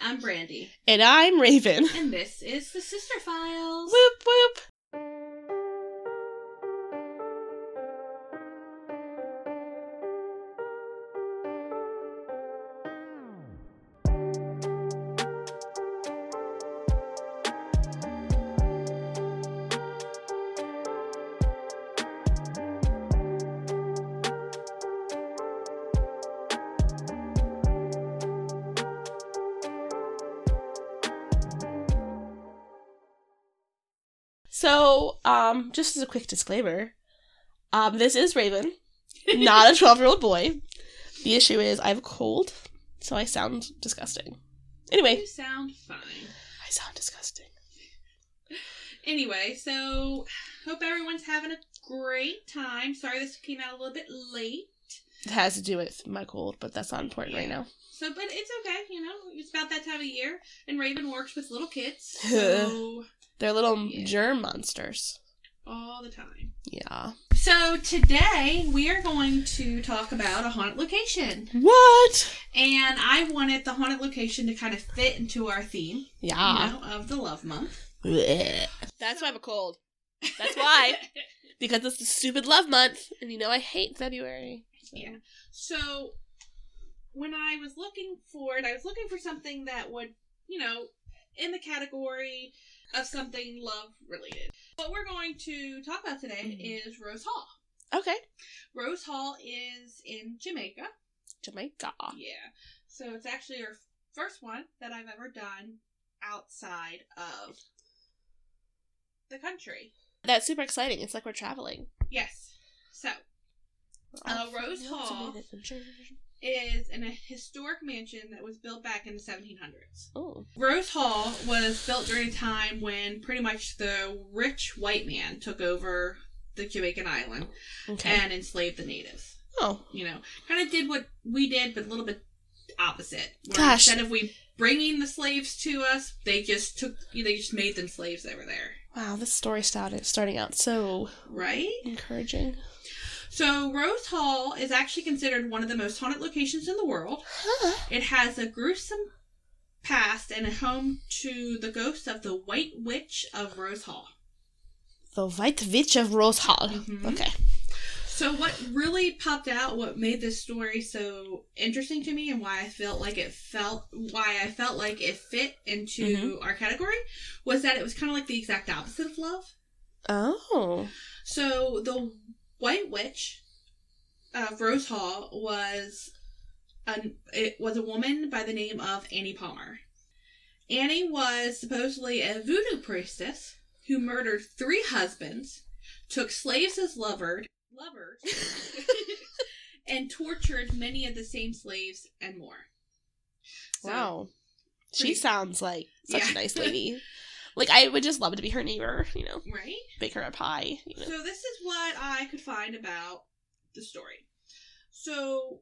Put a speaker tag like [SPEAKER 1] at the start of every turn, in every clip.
[SPEAKER 1] I'm Brandy,
[SPEAKER 2] And I'm Raven.
[SPEAKER 1] and this is the Sister Files.
[SPEAKER 2] whoop whoop. So, um, just as a quick disclaimer, um, this is Raven, not a 12 year old boy. The issue is I have a cold, so I sound disgusting. Anyway,
[SPEAKER 1] You sound fine.
[SPEAKER 2] I sound disgusting.
[SPEAKER 1] Anyway, so hope everyone's having a great time. Sorry this came out a little bit late.
[SPEAKER 2] It has to do with my cold, but that's not important right now.
[SPEAKER 1] So, but it's okay, you know, it's about that time of year, and Raven works with little kids, so
[SPEAKER 2] They're little
[SPEAKER 1] Yeah.
[SPEAKER 2] germ monsters.
[SPEAKER 1] all the time.
[SPEAKER 2] Yeah.
[SPEAKER 1] So today we are going to talk about a haunted location,
[SPEAKER 2] What?
[SPEAKER 1] and I wanted the haunted location to kind of fit into our theme,
[SPEAKER 2] Yeah.
[SPEAKER 1] you know, of the love month.
[SPEAKER 2] Blech. That's why I have a cold. That's why. because it's the stupid love month, and you know I hate February. So.
[SPEAKER 1] Yeah. So when I was looking for it, I was looking for something that would, you know, in the category of something love related. What we're going to talk about today
[SPEAKER 2] Mhm.
[SPEAKER 1] is Rose Hall.
[SPEAKER 2] Okay.
[SPEAKER 1] Rose Hall is in Jamaica.
[SPEAKER 2] Jamaica.
[SPEAKER 1] Yeah. So it's actually our first one that I've ever done outside of the country.
[SPEAKER 2] That's super exciting. It's like we're traveling.
[SPEAKER 1] Yes. So Uh, Rose Hall. is in a historic mansion that was built back in the 1700s.
[SPEAKER 2] Oh.
[SPEAKER 1] Rose Hall was built during a time when pretty much the rich white man took over the Jamaican island
[SPEAKER 2] Okay.
[SPEAKER 1] and enslaved the natives.
[SPEAKER 2] oh.
[SPEAKER 1] You know, kind of did what we did, but a little bit opposite. Where
[SPEAKER 2] Gosh.
[SPEAKER 1] Instead of we bringing the slaves to us, they just took, they just made them slaves that were there.
[SPEAKER 2] Wow, this story started starting out so
[SPEAKER 1] Right?
[SPEAKER 2] encouraging.
[SPEAKER 1] So, Rose Hall is actually considered one of the most haunted locations in the world.
[SPEAKER 2] Huh.
[SPEAKER 1] It has a gruesome past and a home to the ghost of the White Witch of Rose Hall.
[SPEAKER 2] The White Witch of Rose Hall.
[SPEAKER 1] Mhm.
[SPEAKER 2] Okay.
[SPEAKER 1] So what really popped out, what made this story so interesting to me, and why I felt like it felt, why I felt like it fit into our category, was that it was kind of like the exact opposite of love.
[SPEAKER 2] Oh.
[SPEAKER 1] So the White Witch of Rose Hall was an it was a woman by the name of Annie Palmer. Annie was supposedly a voodoo priestess who murdered three husbands, took slaves as lovers, lovers, and tortured many of the same slaves and more. So,
[SPEAKER 2] wow. She
[SPEAKER 1] pretty-
[SPEAKER 2] sounds like such
[SPEAKER 1] Yeah.
[SPEAKER 2] a nice lady. like I would just love to be her neighbor, you know,
[SPEAKER 1] Right?
[SPEAKER 2] bake her a pie, you know.
[SPEAKER 1] So this is what I could find about the story. So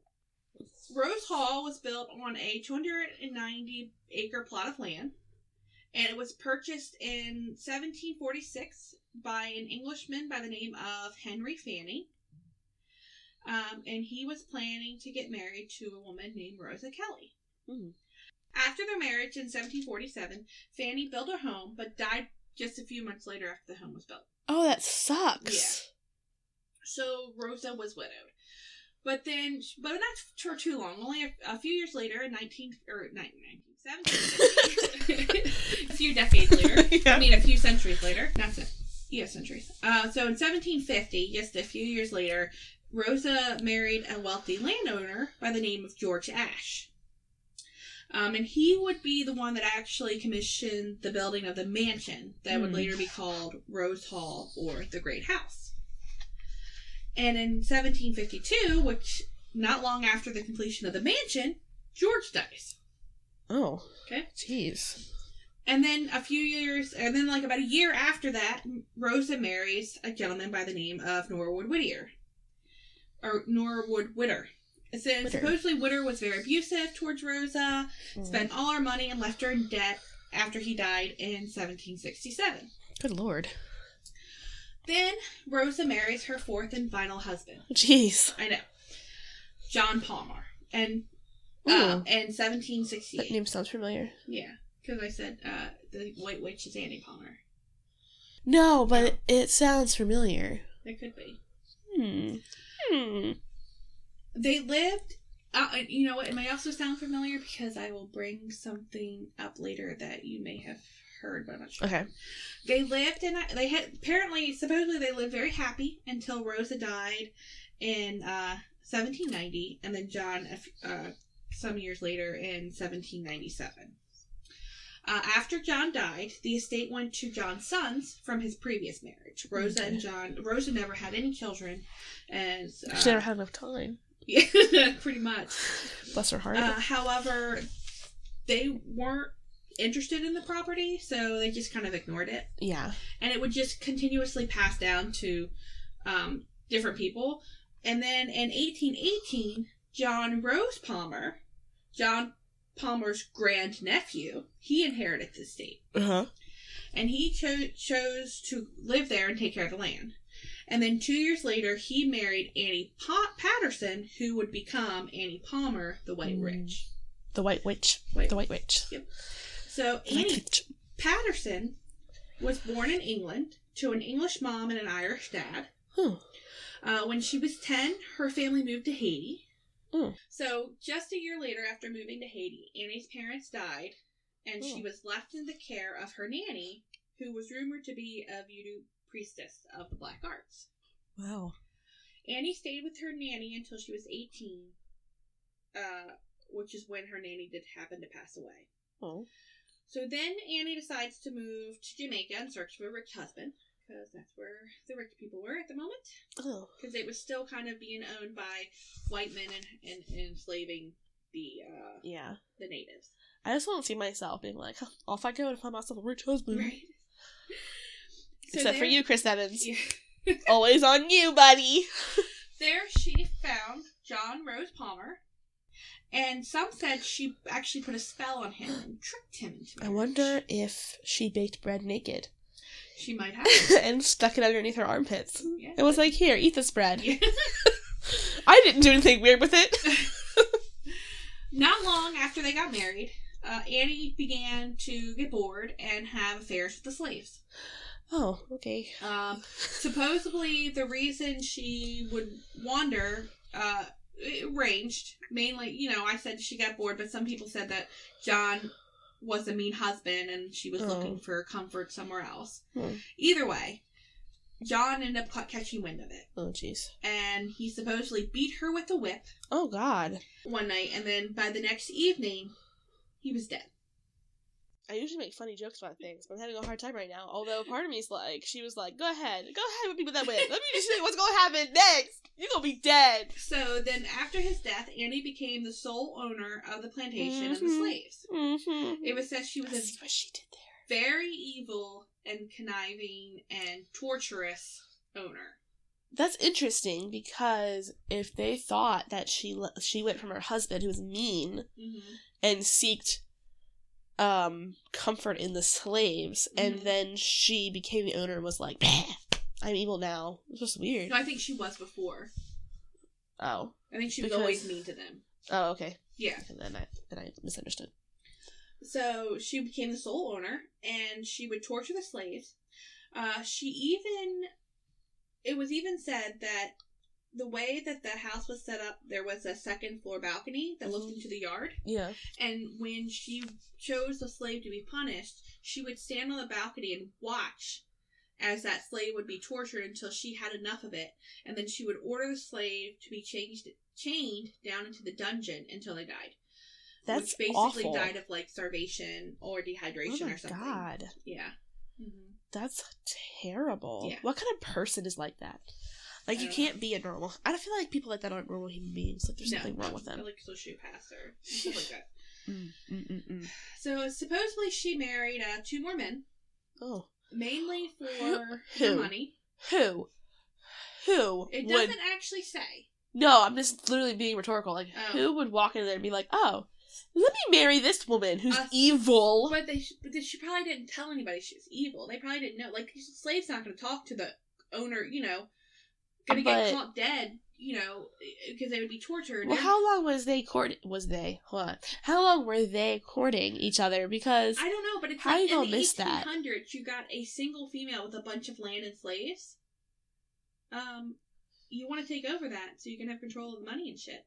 [SPEAKER 1] Rose Hall was built on a 290 acre plot of land and it was purchased in 1746 by an Englishman by the name of Henry Fanny. Um, and he was planning to get married to a woman named Rosa Kelly.
[SPEAKER 2] Hmm.
[SPEAKER 1] After their marriage in 1747, Fanny built a home but died just a few months later after the home was built.
[SPEAKER 2] Oh, that sucks.
[SPEAKER 1] So Rosa was widowed. But then, but not for too long. Only a, a few years later, in nineteen or nine- 1970, a few decades later. I mean, a few centuries later. Not cen- yeah, centuries. Uh, so in 1750, just a few years later, Rosa married a wealthy landowner by the name of George Ashe. Um, and he would be the one that actually commissioned the building of the mansion that would
[SPEAKER 2] Hmm.
[SPEAKER 1] later be called Rose Hall or the Great House. And in 1752, which not long after the completion of the mansion, George dies.
[SPEAKER 2] Oh.
[SPEAKER 1] Okay.
[SPEAKER 2] Jeez.
[SPEAKER 1] And then a few years, and then like about a year after that, Rosa marries a gentleman by the name of Norwood Whittier. Or Norwood Witter. So
[SPEAKER 2] Witter.
[SPEAKER 1] supposedly Witter was very abusive towards Rosa, spent all her money and left her in debt after he died in 1767.
[SPEAKER 2] Good lord.
[SPEAKER 1] Then Rosa marries her fourth and final husband.
[SPEAKER 2] Jeez.
[SPEAKER 1] I know. John Palmer. And uh,
[SPEAKER 2] Ooh.
[SPEAKER 1] in
[SPEAKER 2] That
[SPEAKER 1] 1768.
[SPEAKER 2] name sounds familiar.
[SPEAKER 1] yeah, because I said uh, the White Witch is Annie Palmer.
[SPEAKER 2] No, but it sounds familiar.
[SPEAKER 1] There could be.
[SPEAKER 2] Hmm. Hmm.
[SPEAKER 1] They lived. Uh, and you know what? It may also sound familiar because I will bring something up later that you may have heard, but I'm not sure.
[SPEAKER 2] Okay.
[SPEAKER 1] They lived in. a- They had apparently, supposedly, they lived very happy until Rosa died in uh, 1790, and then John a f- uh, some years later in 1797. Uh, after John died, the estate went to John's sons from his previous marriage. Rosa and John. Rosa never had any children, and uh,
[SPEAKER 2] She never had enough time.
[SPEAKER 1] yeah, pretty much.
[SPEAKER 2] Bless her heart.
[SPEAKER 1] Uh, however, they weren't interested in the property, so they just kind of ignored it
[SPEAKER 2] yeah.
[SPEAKER 1] and it would just continuously pass down to um, different people. And then in 1818, John Rose Palmer, John Palmer's grand nephew, he inherited the estate,
[SPEAKER 2] Uh huh.
[SPEAKER 1] and he cho- chose to live there and take care of the land. And then two years later, he married Annie pa- Patterson, who would become Annie Palmer, the White
[SPEAKER 2] Mm.
[SPEAKER 1] Witch.
[SPEAKER 2] The White Witch.
[SPEAKER 1] White-
[SPEAKER 2] The White Witch.
[SPEAKER 1] So
[SPEAKER 2] The White
[SPEAKER 1] Annie
[SPEAKER 2] Witch.
[SPEAKER 1] Patterson was born in England to an English mom and an Irish dad.
[SPEAKER 2] Huh.
[SPEAKER 1] Uh, when she was 10, her family moved to Haiti.
[SPEAKER 2] Mm.
[SPEAKER 1] So, just a year later, after moving to Haiti, Annie's parents died, and she
[SPEAKER 2] Oh.
[SPEAKER 1] was left in the care of her nanny, who was rumored to be a voodoo priestess of the black arts.
[SPEAKER 2] Wow.
[SPEAKER 1] Annie stayed with her nanny until she was 18, uh, which is when her nanny did happen to pass away.
[SPEAKER 2] Oh.
[SPEAKER 1] So then Annie decides to move to Jamaica in search of a rich husband, because that's where the rich people were at the moment
[SPEAKER 2] Oh.
[SPEAKER 1] because it was still kind of being owned by white men and, and, and enslaving the uh,
[SPEAKER 2] Yeah.
[SPEAKER 1] the natives.
[SPEAKER 2] I just want to see myself being like, "Huh, off I go to find myself a rich husband.
[SPEAKER 1] Right. So
[SPEAKER 2] Mm-hmm. Except
[SPEAKER 1] there-
[SPEAKER 2] for you, Chris Evans.
[SPEAKER 1] Yeah.
[SPEAKER 2] Always on you, buddy.
[SPEAKER 1] There she found John Rose Palmer, and some said she actually put a spell on him and tricked him into
[SPEAKER 2] I
[SPEAKER 1] marriage.
[SPEAKER 2] wonder if she baked bread naked
[SPEAKER 1] She might have.
[SPEAKER 2] and stuck it underneath her armpits.
[SPEAKER 1] Yeah.
[SPEAKER 2] It was like, here, eat this bread.
[SPEAKER 1] Yeah.
[SPEAKER 2] I didn't do anything weird with it.
[SPEAKER 1] Not long after they got married, uh, Annie began to get bored and have affairs with the slaves.
[SPEAKER 2] Oh, okay.
[SPEAKER 1] Um, supposedly, the reason she would wander uh, it ranged mainly. You know, I said she got bored, but some people said that John was a mean husband and she was
[SPEAKER 2] Oh.
[SPEAKER 1] looking for comfort somewhere else.
[SPEAKER 2] Hmm.
[SPEAKER 1] Either way, John ended up ca- catching wind of it,
[SPEAKER 2] Oh, jeez.
[SPEAKER 1] and he supposedly beat her with a whip
[SPEAKER 2] Oh, God.
[SPEAKER 1] one night, and then by the next evening, he was dead.
[SPEAKER 2] I usually make funny jokes about things, but I'm having a hard time right now. Although part of me's like, she was like, go ahead, go ahead with me with that way. Let me just see what's going to happen next. You're going to be dead.
[SPEAKER 1] So then, after his death, Annie became the sole owner of the plantation and the
[SPEAKER 2] Mhm.
[SPEAKER 1] slaves.
[SPEAKER 2] Mm-hmm.
[SPEAKER 1] It was said she was a
[SPEAKER 2] That's what she did there.
[SPEAKER 1] very evil and conniving and torturous owner.
[SPEAKER 2] That's interesting because if they thought that she le- she went from her husband who was mean
[SPEAKER 1] Mm-hmm.
[SPEAKER 2] and seeked um comfort in the slaves
[SPEAKER 1] Mhm.
[SPEAKER 2] and then she became the owner and was like "Bleh, i'm evil now it's just weird
[SPEAKER 1] No, I think she was before.
[SPEAKER 2] oh
[SPEAKER 1] I think she was
[SPEAKER 2] Because-
[SPEAKER 1] always mean to them.
[SPEAKER 2] oh okay
[SPEAKER 1] Yeah.
[SPEAKER 2] and then i then i misunderstood
[SPEAKER 1] So she became the sole owner, and she would torture the slaves. Uh, she even, it was even said that the way that the house was set up, there was a second floor balcony that looked
[SPEAKER 2] Mhm.
[SPEAKER 1] into the yard.
[SPEAKER 2] yeah
[SPEAKER 1] And when she chose the slave to be punished, she would stand on the balcony and watch as that slave would be tortured until she had enough of it, and then she would order the slave to be changed chained down into the dungeon until they died.
[SPEAKER 2] that's
[SPEAKER 1] which basically
[SPEAKER 2] awful
[SPEAKER 1] died of like starvation or
[SPEAKER 2] oh
[SPEAKER 1] dehydration
[SPEAKER 2] my
[SPEAKER 1] or something.
[SPEAKER 2] god
[SPEAKER 1] Yeah.
[SPEAKER 2] that's terrible
[SPEAKER 1] Yeah.
[SPEAKER 2] what kind of person is like that like
[SPEAKER 1] I
[SPEAKER 2] you
[SPEAKER 1] don't know.
[SPEAKER 2] can't be a normal i don't feel like people like that aren't normal human beings like there's
[SPEAKER 1] No.
[SPEAKER 2] something wrong with them
[SPEAKER 1] Or, like sociopaths or stuff like that.
[SPEAKER 2] mm, mm, mm, mm.
[SPEAKER 1] So supposedly she married uh, two more men,
[SPEAKER 2] oh
[SPEAKER 1] mainly for
[SPEAKER 2] Who?
[SPEAKER 1] her money.
[SPEAKER 2] who who
[SPEAKER 1] It
[SPEAKER 2] would
[SPEAKER 1] doesn't actually say.
[SPEAKER 2] No, I'm just literally being rhetorical. Like,
[SPEAKER 1] Oh.
[SPEAKER 2] who would walk in there and be like, "Oh, let me marry this woman who's
[SPEAKER 1] Us.
[SPEAKER 2] evil"?
[SPEAKER 1] But they, sh- but they- she probably didn't tell anybody she was evil. They probably didn't know. Like, the slave's not going to talk to the owner, you know. Going to get
[SPEAKER 2] But-
[SPEAKER 1] caught dead. you know, because they would be tortured.
[SPEAKER 2] Well, how long was they court? Was they? Hold on. How long were they courting each other? Because
[SPEAKER 1] I don't know, but it's
[SPEAKER 2] How
[SPEAKER 1] like
[SPEAKER 2] you
[SPEAKER 1] in
[SPEAKER 2] gonna
[SPEAKER 1] the
[SPEAKER 2] miss that?
[SPEAKER 1] 1800s, you got a single female with a bunch of land and slaves. Um, you want to take over that so you can have control of the money and shit.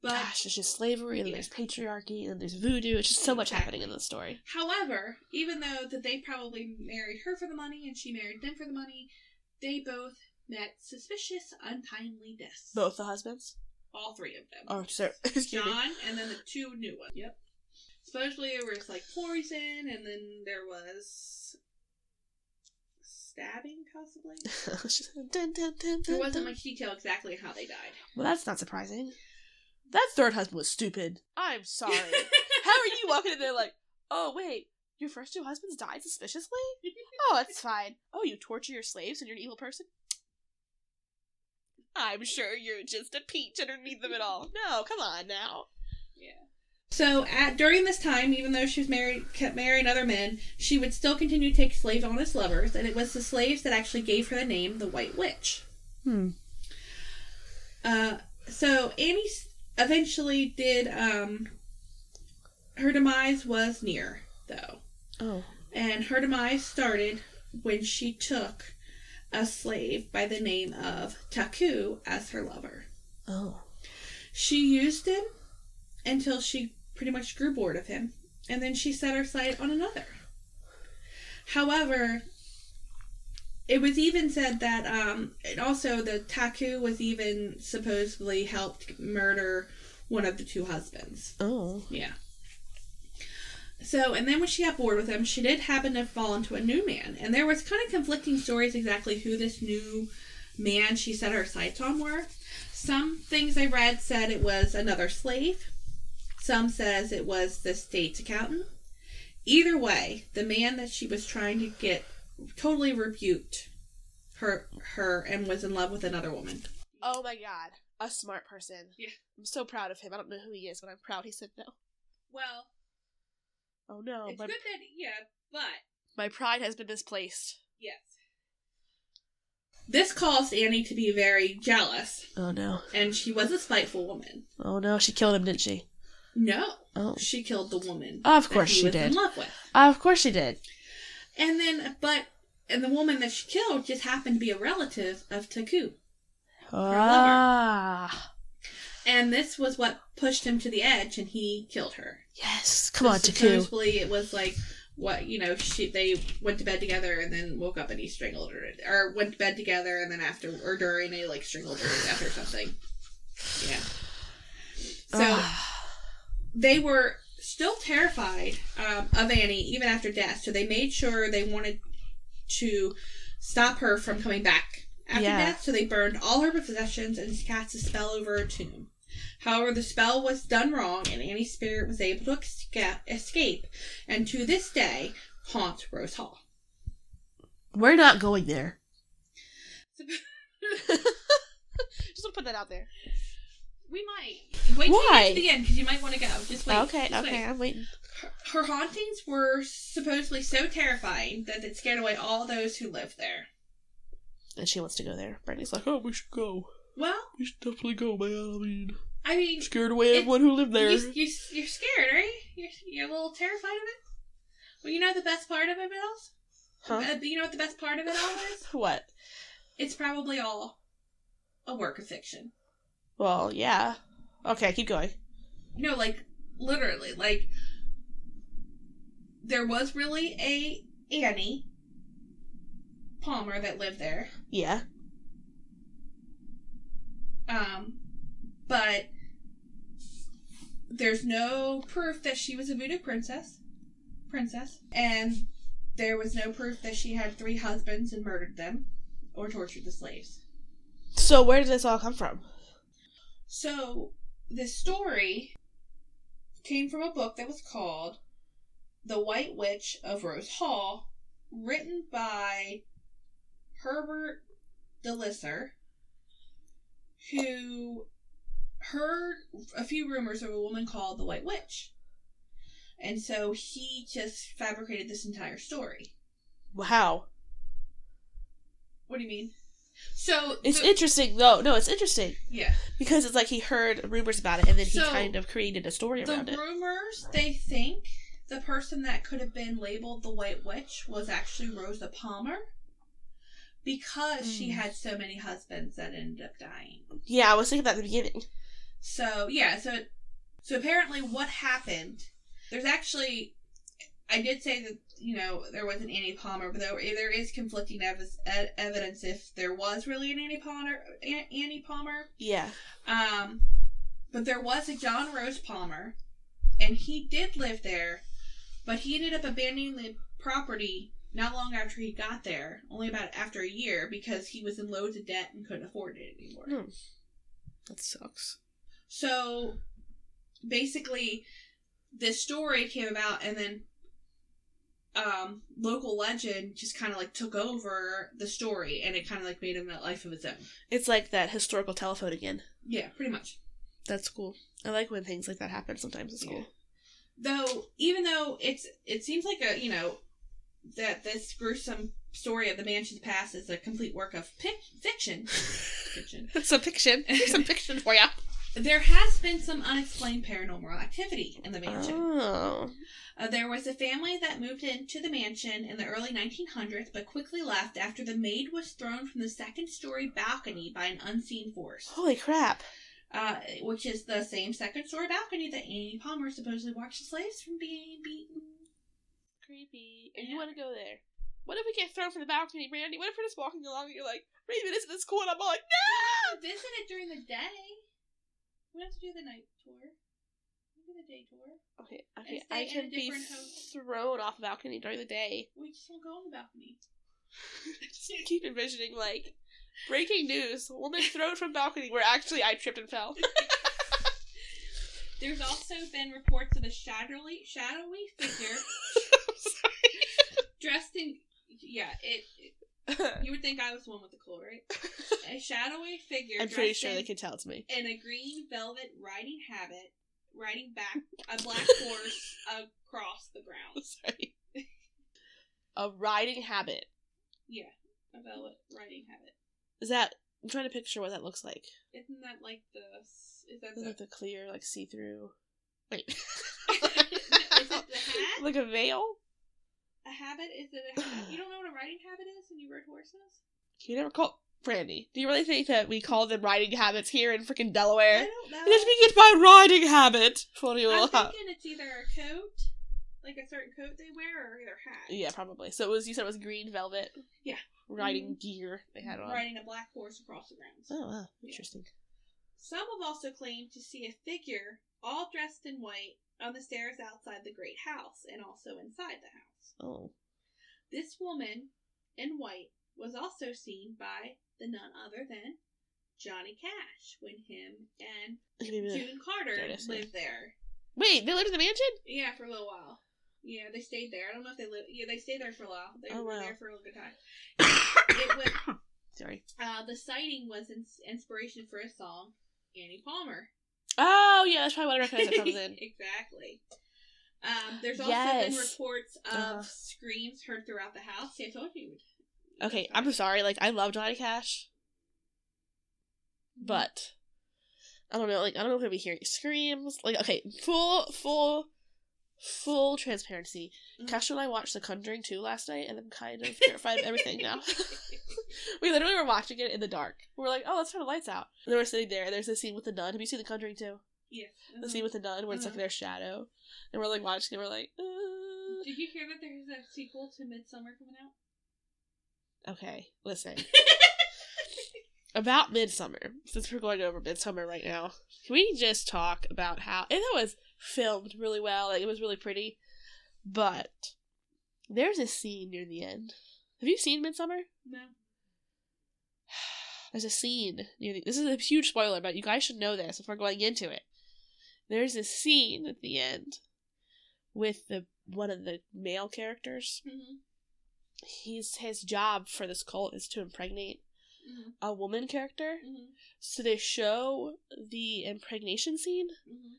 [SPEAKER 1] But
[SPEAKER 2] gosh, there's just slavery, and
[SPEAKER 1] Yeah.
[SPEAKER 2] there's patriarchy, and there's voodoo. It's just so much happening in
[SPEAKER 1] Exactly.
[SPEAKER 2] this story.
[SPEAKER 1] however, even though that they probably married her for the money and she married them for the money, they both met suspicious, untimely deaths.
[SPEAKER 2] Both the husbands.
[SPEAKER 1] all three of them.
[SPEAKER 2] Oh, sorry. Excuse me.
[SPEAKER 1] John, and then the two new ones. Yep. Supposedly there was like poison, and then there was stabbing, possibly.
[SPEAKER 2] She's like, dun, dun, dun,
[SPEAKER 1] There
[SPEAKER 2] dun,
[SPEAKER 1] wasn't
[SPEAKER 2] dun.
[SPEAKER 1] much detail exactly how they died.
[SPEAKER 2] Well, that's not surprising. That third husband was stupid. I'm sorry. How are you walking in there like, oh, wait, your first two husbands died suspiciously? Oh, it's fine. Oh, you torture your slaves and you're an evil person? I'm sure you're just a peach underneath them at all. No, come on now.
[SPEAKER 1] so at during this time, even though she was married, kept marrying other men, she would still continue to take slaves on as lovers, and it was the slaves that actually gave her the name the White Witch.
[SPEAKER 2] Hmm.
[SPEAKER 1] Uh, so Annie s- eventually did. Um, her demise was near, though.
[SPEAKER 2] Oh.
[SPEAKER 1] and her demise started when she took a slave by the name of Taku as her lover.
[SPEAKER 2] Oh.
[SPEAKER 1] She used him until she pretty much grew bored of him, and then she set her sight on another. However, it was even said that, um, and also the Taku was even supposedly helped murder one of the two husbands.
[SPEAKER 2] Oh.
[SPEAKER 1] Yeah. So, and then when she got bored with him, she did happen to fall into a new man. And there was kind of conflicting stories exactly who this new man she set her sights on were. Some things I read said it was another slave. Some says it was the state's accountant. Either way, the man that she was trying to get totally rebuked her her and was in love with another woman.
[SPEAKER 2] Oh my god. A smart person.
[SPEAKER 1] Yeah.
[SPEAKER 2] I'm so proud of him. I don't know who he is, but I'm proud he said no.
[SPEAKER 1] Well,
[SPEAKER 2] Oh no.
[SPEAKER 1] it's
[SPEAKER 2] My,
[SPEAKER 1] good that yeah, but
[SPEAKER 2] my pride has been misplaced.
[SPEAKER 1] Yes. This caused Annie to be very jealous,
[SPEAKER 2] Oh no.
[SPEAKER 1] and she was a spiteful woman.
[SPEAKER 2] Oh no, she killed him, didn't she?
[SPEAKER 1] No,
[SPEAKER 2] Oh.
[SPEAKER 1] she killed the woman.
[SPEAKER 2] Of
[SPEAKER 1] that
[SPEAKER 2] course
[SPEAKER 1] he
[SPEAKER 2] she
[SPEAKER 1] was
[SPEAKER 2] did.
[SPEAKER 1] In love with,
[SPEAKER 2] Uh, Of course she did.
[SPEAKER 1] and then but and the woman that she killed just happened to be a relative of Taku, lover.
[SPEAKER 2] Ah.
[SPEAKER 1] and this was what pushed him to the edge, and he killed her.
[SPEAKER 2] Yes. Come on, Taku.
[SPEAKER 1] Supposedly, it was like what you know. She they went to bed together, and then woke up, and he strangled her, or went to bed together, and then after or during, they like strangled her to death or something. Yeah. So.
[SPEAKER 2] Ah.
[SPEAKER 1] they were still terrified um, of Annie even after death. So they made sure they wanted to stop her from coming back after
[SPEAKER 2] Yeah.
[SPEAKER 1] death. So they burned all her possessions and cast a spell over her tomb. However, the spell was done wrong, and Annie's spirit was able to esca- escape, and to this day haunt Rose Hall.
[SPEAKER 2] We're not going there. Just want to put that out there.
[SPEAKER 1] We might wait till you get
[SPEAKER 2] Why?
[SPEAKER 1] to the end because you might want to go. Just wait.
[SPEAKER 2] okay,
[SPEAKER 1] Just
[SPEAKER 2] okay,
[SPEAKER 1] wait.
[SPEAKER 2] I'm waiting.
[SPEAKER 1] Her hauntings were supposedly so terrifying that it scared away all those who lived there.
[SPEAKER 2] And she wants to go there. Brittany's like, oh, we should go.
[SPEAKER 1] Well,
[SPEAKER 2] We should definitely go, man. I mean,
[SPEAKER 1] I mean,
[SPEAKER 2] scared away everyone who lived there.
[SPEAKER 1] You, you, you're scared, right? You're, you're a little terrified of it? Well, you know the best part of it all?
[SPEAKER 2] Huh?
[SPEAKER 1] Uh, you know what the best part of it all is?
[SPEAKER 2] What?
[SPEAKER 1] It's probably all a work of fiction.
[SPEAKER 2] Well, yeah. Okay, keep going.
[SPEAKER 1] No, like, literally, like, there was really a Annie Palmer that lived there.
[SPEAKER 2] Yeah.
[SPEAKER 1] Um, but there's no proof that she was a voodoo princess, princess, and there was no proof that she had three husbands and murdered them or tortured the slaves.
[SPEAKER 2] So, where did this all come from?
[SPEAKER 1] So this story came from a book that was called "The White Witch of Rose Hall," written by Herbert DeLisser, who heard a few rumors of a woman called the White Witch. And so he just fabricated this entire story.
[SPEAKER 2] Wow.
[SPEAKER 1] What do you mean? So
[SPEAKER 2] It's
[SPEAKER 1] the-
[SPEAKER 2] interesting, though. No, it's interesting
[SPEAKER 1] yeah.
[SPEAKER 2] because it's like he heard rumors about it and then he
[SPEAKER 1] So,
[SPEAKER 2] kind of created a story
[SPEAKER 1] The
[SPEAKER 2] around it.
[SPEAKER 1] rumors they think the person that could have been labeled the White Witch was actually Rosa Palmer because she
[SPEAKER 2] Mm.
[SPEAKER 1] had so many husbands that ended up dying.
[SPEAKER 2] Yeah, I was thinking that at the beginning.
[SPEAKER 1] So yeah, so so apparently what happened? There's actually I did say that you know there was an Annie Palmer, but there, there is conflicting ev- e- evidence if there was really an Annie Palmer. An- Annie Palmer,
[SPEAKER 2] Yeah.
[SPEAKER 1] um, but there was a John Rose Palmer, and he did live there, but he ended up abandoning the property not long after he got there, only about after a year because he was in loads of debt and couldn't afford it anymore.
[SPEAKER 2] Hmm. That sucks.
[SPEAKER 1] So basically, this story came about, and then um, local legend just kind of like took over the story, and it kind of like made him a life of its own.
[SPEAKER 2] It's like that historical telephone again.
[SPEAKER 1] Yeah, pretty much.
[SPEAKER 2] That's cool. I like when things like that happen sometimes. It's
[SPEAKER 1] Yeah.
[SPEAKER 2] cool.
[SPEAKER 1] Though, even though it's it seems like a you know that this gruesome story of the mansion's past is a complete work of pic- fiction. fiction.
[SPEAKER 2] some fiction. Here's some fiction for you.
[SPEAKER 1] There has been some unexplained paranormal activity in the mansion.
[SPEAKER 2] Oh.
[SPEAKER 1] Uh, there was a family that moved into the mansion in the early 1900s but quickly left after the maid was thrown from the second story balcony by an unseen force,
[SPEAKER 2] Holy crap.
[SPEAKER 1] uh, which is the same second story balcony that Annie Palmer supposedly watched the slaves from being beaten.
[SPEAKER 2] Creepy. And you want to go there. What if we get thrown from the balcony, Randy? What if we're just walking along and you're like, Raven, isn't this cool? And I'm all like,
[SPEAKER 1] Oh, visit it during the day. We have to do the night tour. We do the day tour.
[SPEAKER 2] no! Okay,
[SPEAKER 1] And
[SPEAKER 2] okay.
[SPEAKER 1] stay
[SPEAKER 2] I
[SPEAKER 1] in a
[SPEAKER 2] can be
[SPEAKER 1] different hotel.
[SPEAKER 2] thrown off a balcony during the day.
[SPEAKER 1] We just won't go on the balcony.
[SPEAKER 2] just keep envisioning, like, breaking news. Woman thrown from balcony where actually I tripped and fell.
[SPEAKER 1] There's also been reports of a shadowy, shadowy figure dressed in. Yeah, it. You would think I was the one with the cold, right? A shadowy figure.
[SPEAKER 2] I'm pretty
[SPEAKER 1] dressed
[SPEAKER 2] sure
[SPEAKER 1] in,
[SPEAKER 2] they can tell it's me.
[SPEAKER 1] in a green velvet riding habit, riding back a black horse across the ground.
[SPEAKER 2] Sorry. A riding habit.
[SPEAKER 1] Yeah, a velvet riding habit.
[SPEAKER 2] Is that. I'm trying to picture what that looks like.
[SPEAKER 1] Isn't that like the? s- Is that
[SPEAKER 2] Is
[SPEAKER 1] the?
[SPEAKER 2] it the clear, like see through? Wait.
[SPEAKER 1] is it the hat?
[SPEAKER 2] like a veil?
[SPEAKER 1] A habit? Is it a? Hat? You don't know what a riding habit is when you rode horses?
[SPEAKER 2] You never call Brandy. Do you really think that we call them riding habits here in freaking Delaware?
[SPEAKER 1] I don't know.
[SPEAKER 2] Let me get my riding habit for you.
[SPEAKER 1] I'm
[SPEAKER 2] all.
[SPEAKER 1] thinking it's either a coat, like a certain coat they wear, or their hat.
[SPEAKER 2] Yeah, probably. So it was. You said it was green velvet.
[SPEAKER 1] Yeah. Mm-hmm.
[SPEAKER 2] Riding gear they had on.
[SPEAKER 1] Riding a black horse across the grounds.
[SPEAKER 2] Oh wow,
[SPEAKER 1] Yeah.
[SPEAKER 2] interesting.
[SPEAKER 1] Some have also claimed to see a figure, all dressed in white, on the stairs outside the great house and also inside the house.
[SPEAKER 2] Oh,
[SPEAKER 1] This woman in white was also seen by the none other than Johnny Cash when him and
[SPEAKER 2] Maybe-
[SPEAKER 1] June
[SPEAKER 2] There
[SPEAKER 1] Carter
[SPEAKER 2] it is, yeah.
[SPEAKER 1] lived there.
[SPEAKER 2] wait, they lived in the mansion.
[SPEAKER 1] Yeah, for a little while. Yeah, they stayed there. I don't know if they lived. Yeah, they stayed there for a while. They
[SPEAKER 2] Oh,
[SPEAKER 1] were
[SPEAKER 2] wow.
[SPEAKER 1] there for a little good time. It was,
[SPEAKER 2] Sorry.
[SPEAKER 1] uh, the sighting was ins- inspiration for a song, Annie Palmer.
[SPEAKER 2] Oh yeah, that's probably what I recognize it comes in.
[SPEAKER 1] exactly. Um, there's also been
[SPEAKER 2] Yes.
[SPEAKER 1] reports of
[SPEAKER 2] Uh-huh.
[SPEAKER 1] screams heard throughout the house. See, I told you.
[SPEAKER 2] Okay, I'm sorry. Like I love Johnny Cash, but I don't know. Like I don't know if I'll be hearing screams. Like okay, full, full, full transparency.
[SPEAKER 1] Mhm.
[SPEAKER 2] Cash and I watched The Conjuring 2 last night, and I'm kind of terrified of everything now. we literally were watching it in the dark. We were like, oh, let's turn the lights out. And then we're sitting there, and there's this scene with the nun. Have you seen The Conjuring 2?
[SPEAKER 1] Yes.
[SPEAKER 2] The scene with the nun where it's like
[SPEAKER 1] Uh-huh.
[SPEAKER 2] their shadow, and we're like watching, it, we're like, uh.
[SPEAKER 1] Did you hear that there's a sequel to Midsummer coming out?
[SPEAKER 2] "Uh, okay, listen. about Midsummer, since we're going over Midsummer right now, can we just talk about how and that was filmed really well, like it was really pretty. But there's a scene near the end. Have you seen Midsummer?
[SPEAKER 1] No.
[SPEAKER 2] There's a scene near the this is a huge spoiler, but you guys should know this before going into it. There's a scene at the end with the one of the male characters.
[SPEAKER 1] Mm-hmm.
[SPEAKER 2] He's his job for this cult is to impregnate
[SPEAKER 1] Mm-hmm.
[SPEAKER 2] a woman character.
[SPEAKER 1] Mm-hmm.
[SPEAKER 2] So they show the impregnation scene.
[SPEAKER 1] Mm-hmm.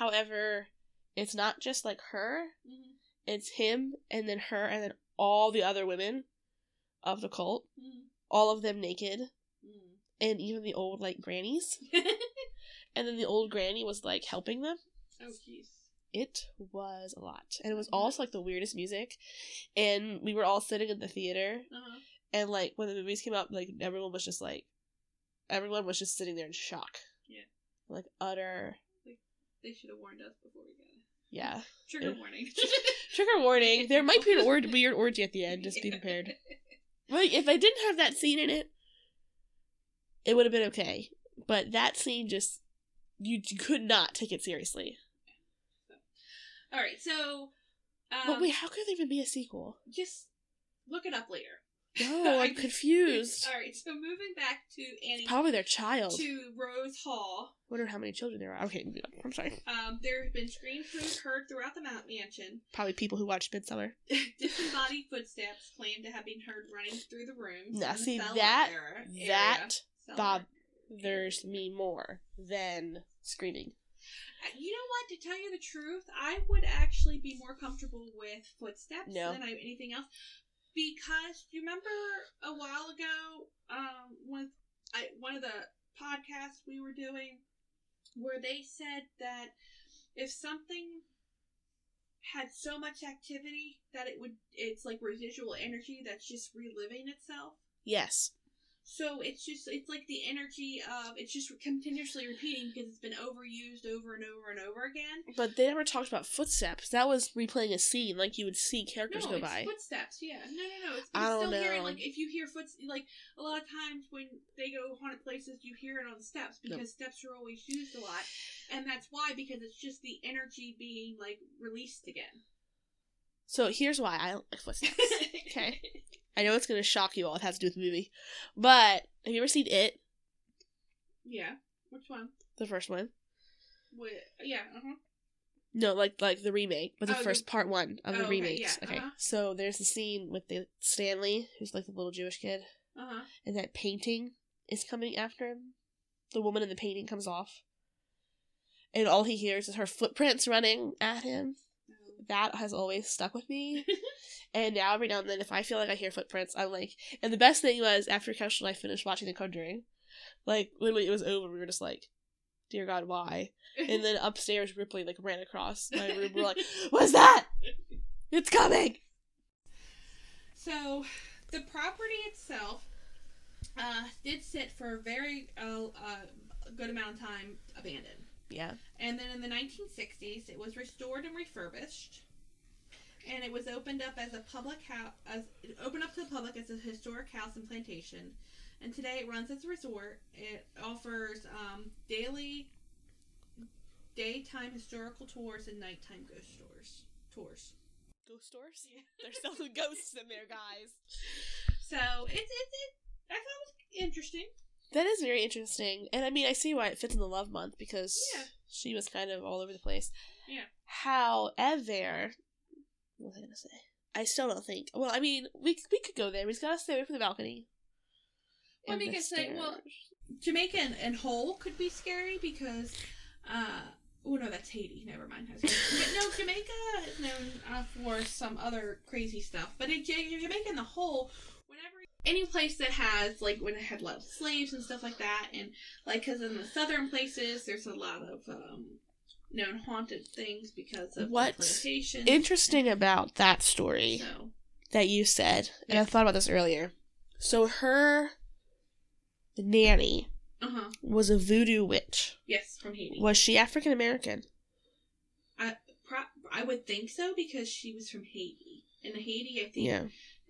[SPEAKER 2] However, it's not just like her,
[SPEAKER 1] Mm-hmm.
[SPEAKER 2] it's him and then her and then all the other women of the cult,
[SPEAKER 1] Mm-hmm.
[SPEAKER 2] all of them naked and even the old like grannies. and then the old granny was like helping them.
[SPEAKER 1] Oh, jeez.
[SPEAKER 2] It was a lot. And it was also like the weirdest music. And we were all sitting in the theater
[SPEAKER 1] Uh-huh.
[SPEAKER 2] and like when the movies came out, like everyone was just like everyone was just sitting there in shock.
[SPEAKER 1] Yeah.
[SPEAKER 2] Like utter
[SPEAKER 1] They should have warned us before we got it.
[SPEAKER 2] yeah.
[SPEAKER 1] Trigger
[SPEAKER 2] Yeah.
[SPEAKER 1] warning.
[SPEAKER 2] Trigger warning, there might be an or- weird orgy at the end, just be prepared. Well, if I didn't have that scene in it, it would have been okay. But that scene just you, you could not take it seriously.
[SPEAKER 1] All right, so. Um,
[SPEAKER 2] but wait, how could there even be a sequel?
[SPEAKER 1] Just look it up later.
[SPEAKER 2] No,
[SPEAKER 1] I-
[SPEAKER 2] I'm confused.
[SPEAKER 1] All right, so moving back to Annie
[SPEAKER 2] Probably their child.
[SPEAKER 1] to Rose Hall.
[SPEAKER 2] Wonder how many children there are. Okay, moving on. I'm sorry.
[SPEAKER 1] Um, there have been scream food heard throughout the Mount Mansion.
[SPEAKER 2] Probably people who watched Midsummer.
[SPEAKER 1] Disembodied footsteps claimed to have been heard running through the rooms.
[SPEAKER 2] Now,
[SPEAKER 1] and the
[SPEAKER 2] see,
[SPEAKER 1] cellar
[SPEAKER 2] that-
[SPEAKER 1] era- area.
[SPEAKER 2] That
[SPEAKER 1] Cellar.
[SPEAKER 2] Bob, there's me more than screaming.
[SPEAKER 1] Uh, You know what? To tell you the truth, I would actually be more comfortable with footsteps
[SPEAKER 2] No.
[SPEAKER 1] than I, anything else, because you remember a while ago, um, with I, one of the podcasts we were doing, where they said that if something had so much activity that it would, it's like residual energy that's just reliving itself.
[SPEAKER 2] Yes.
[SPEAKER 1] So it's just it's like the energy of it's just continuously repeating because it's been overused over and over and over again.
[SPEAKER 2] But they never talked about footsteps. That was replaying a scene like you would see characters
[SPEAKER 1] no,
[SPEAKER 2] go
[SPEAKER 1] it's
[SPEAKER 2] by.
[SPEAKER 1] footsteps. Yeah, no, no, no. It's,
[SPEAKER 2] I
[SPEAKER 1] it's
[SPEAKER 2] don't
[SPEAKER 1] still hearing
[SPEAKER 2] know.
[SPEAKER 1] like if you hear foots like a lot of times when they go haunted places, you hear it on steps
[SPEAKER 2] No.
[SPEAKER 1] because steps are always used a lot, and that's why because it's just the energy being like released again.
[SPEAKER 2] So here's why I don't like footsteps. Okay. I know it's gonna shock you all. It has to do with the movie, but have you ever seen it,
[SPEAKER 1] Yeah. Which one?
[SPEAKER 2] the first one?
[SPEAKER 1] Wi yeah. Uh-huh.
[SPEAKER 2] No, like like the remake, but the
[SPEAKER 1] Oh, the-
[SPEAKER 2] first part one of
[SPEAKER 1] Oh,
[SPEAKER 2] the
[SPEAKER 1] okay,
[SPEAKER 2] remakes.
[SPEAKER 1] yeah,
[SPEAKER 2] Okay,
[SPEAKER 1] uh-huh.
[SPEAKER 2] so there's the scene with the Stanley, who's like the little Jewish kid,
[SPEAKER 1] Uh-huh.
[SPEAKER 2] and that painting is coming after him. The woman in the painting comes off, and all he hears is her footprints running at him.
[SPEAKER 1] Um,
[SPEAKER 2] That has always stuck with me. And now every now and then, if I feel like I hear footprints, I'm like. And the best thing was after Couch and I finished watching The Conjuring, like literally it was over. We were just like, "Dear God, why?" And then upstairs, Ripley like ran across my room. We're like, "What's that? It's coming!"
[SPEAKER 1] So, the property itself uh, did sit for a very uh, uh, good amount of time abandoned.
[SPEAKER 2] Yeah,
[SPEAKER 1] And then in the 1960s, it was restored and refurbished. And it was opened up as a public house, as it opened up to the public as a historic house and plantation. And today it runs as a resort. It offers um, daily, daytime historical tours and nighttime ghost tours. Tours.
[SPEAKER 2] ghost stores. There's selling ghosts in there, guys.
[SPEAKER 1] So it's it's it. I thought it was interesting.
[SPEAKER 2] That is very interesting, and I mean, I see why it fits in the love month because
[SPEAKER 1] Yeah.
[SPEAKER 2] she was kind of all over the place.
[SPEAKER 1] Yeah.
[SPEAKER 2] However, what was I gonna say? I still don't think. Well, I mean, we we could go there. We just gotta stay away from the balcony.
[SPEAKER 1] Well,
[SPEAKER 2] And
[SPEAKER 1] we
[SPEAKER 2] the
[SPEAKER 1] could say- well-
[SPEAKER 2] stairs.
[SPEAKER 1] Jamaica and, and Hole could be scary because, uh, oh no, that's Haiti. Never mind. I was gonna- but no, Jamaica is known uh, for some other crazy stuff. But in Ja- Jamaica and the Hole, whenever any place that has like when it had a lot of slaves and stuff like that, and like because in the southern places there's a lot of um, known haunted things because of
[SPEAKER 2] What's
[SPEAKER 1] plantation.
[SPEAKER 2] interesting about that story
[SPEAKER 1] So
[SPEAKER 2] that you said, and I thought about this earlier. So her nanny
[SPEAKER 1] uh huh.
[SPEAKER 2] was a voodoo witch.
[SPEAKER 1] Yes, from Haiti.
[SPEAKER 2] Was she African American?
[SPEAKER 1] Pro- I would think so because she was from Haiti, and Haiti I think
[SPEAKER 2] Yeah.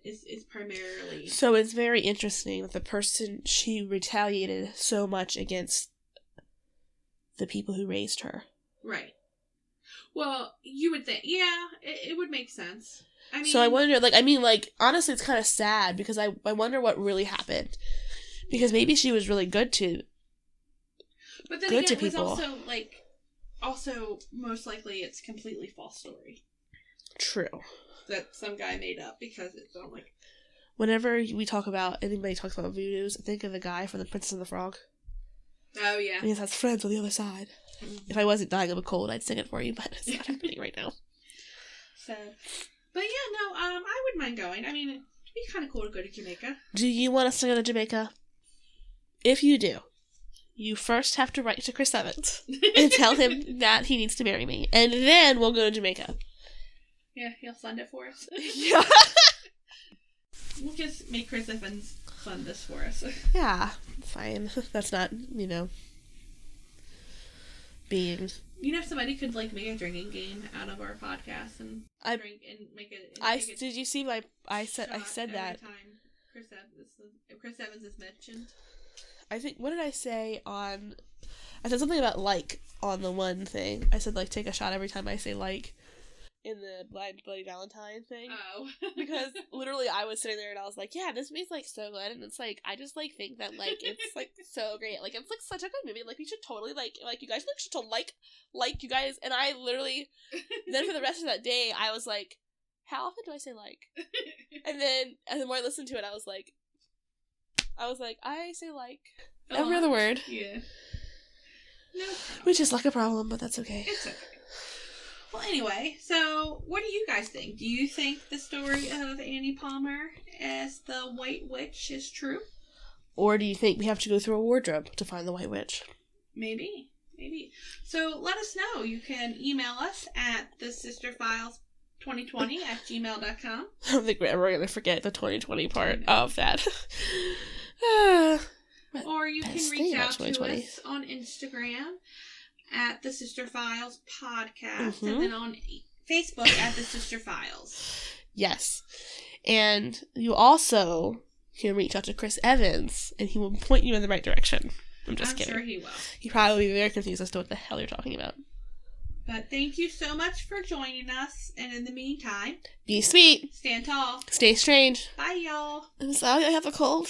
[SPEAKER 1] is is primarily
[SPEAKER 2] So it's very interesting that the person she retaliated so much against the people who raised her.
[SPEAKER 1] Right. Well, you would think, yeah, it, it would make sense. I mean,
[SPEAKER 2] so I wonder, like, I mean, like, honestly, it's kind of sad because I, I wonder what really happened. Because maybe she was really good to.
[SPEAKER 1] but then again,
[SPEAKER 2] good to
[SPEAKER 1] it was
[SPEAKER 2] people.
[SPEAKER 1] also like, also most likely it's completely false story
[SPEAKER 2] True.
[SPEAKER 1] that some guy made up because it's on like,
[SPEAKER 2] Whenever we talk about anybody talks about voodoos, I think of the guy from The Princess and the Frog.
[SPEAKER 1] oh yeah,
[SPEAKER 2] And he has friends on the other side. If I wasn't dying of a cold, I'd sing it for you, but it's not happening right now.
[SPEAKER 1] so. But yeah, no, um, I wouldn't mind going. I mean, it'd be kind of cool to go to Jamaica.
[SPEAKER 2] Do you want us to go to Jamaica? If you do, you first have to write to Chris Evans and tell him that he needs to marry me, and then we'll go to Jamaica.
[SPEAKER 1] yeah, he'll fund it for us.
[SPEAKER 2] yeah.
[SPEAKER 1] We'll just make Chris Evans fund this for us.
[SPEAKER 2] Yeah. Fine. That's not, you know, being.
[SPEAKER 1] You know, if somebody could like make a drinking game out of our podcast and
[SPEAKER 2] I-
[SPEAKER 1] drink and make it. and
[SPEAKER 2] I
[SPEAKER 1] take a
[SPEAKER 2] did you see my? I said I
[SPEAKER 1] shot
[SPEAKER 2] said
[SPEAKER 1] every
[SPEAKER 2] that.
[SPEAKER 1] time Chris Evans, is- Chris Evans is mentioned.
[SPEAKER 2] I think what did I say on? I said something about like on the one thing. I said like take a shot every time I say like in the blind bloody Valentine thing.
[SPEAKER 1] Oh,
[SPEAKER 2] because literally I was sitting there and I was like, yeah, this movie's like so good, and it's like I just like think that like it's like so great, like it's like such a good movie, like we should totally like like you guys like should to like like you guys, and I literally then for the rest of that day I was like, how often do I say like? And then and the more I listened to it, I was like, I was like I say like every other word,
[SPEAKER 1] Oh, Yeah. No.
[SPEAKER 2] which is like a problem, but that's okay.
[SPEAKER 1] It's okay. Well, anyway, so what do you guys think? Do you think the story of Annie Palmer as the White Witch is true?
[SPEAKER 2] Or do you think we have to go through a wardrobe to find the White Witch?
[SPEAKER 1] Maybe. Maybe. So let us know. You can email us at the sisterfiles2020 at gmail.com.
[SPEAKER 2] I don't think we're ever going to forget the 2020 part
[SPEAKER 1] I know.
[SPEAKER 2] of that. Ah.
[SPEAKER 1] Or you can
[SPEAKER 2] Best
[SPEAKER 1] reach
[SPEAKER 2] thing
[SPEAKER 1] out
[SPEAKER 2] about
[SPEAKER 1] to
[SPEAKER 2] 2020.
[SPEAKER 1] us on Instagram at the Sister Files Podcast
[SPEAKER 2] Mhm.
[SPEAKER 1] and then on E, Facebook at the Sister Files.
[SPEAKER 2] yes. And you also can reach out to Chris Evans and he will point you in the right direction. I'm just
[SPEAKER 1] I'm
[SPEAKER 2] kidding.
[SPEAKER 1] sure he will.
[SPEAKER 2] He probably will be very confused as to what the hell you're talking about.
[SPEAKER 1] But thank you so much for joining us. And in the meantime,
[SPEAKER 2] Be sweet.
[SPEAKER 1] stand tall.
[SPEAKER 2] Stay strange.
[SPEAKER 1] Bye, y'all.
[SPEAKER 2] I'm sorry I have a cold.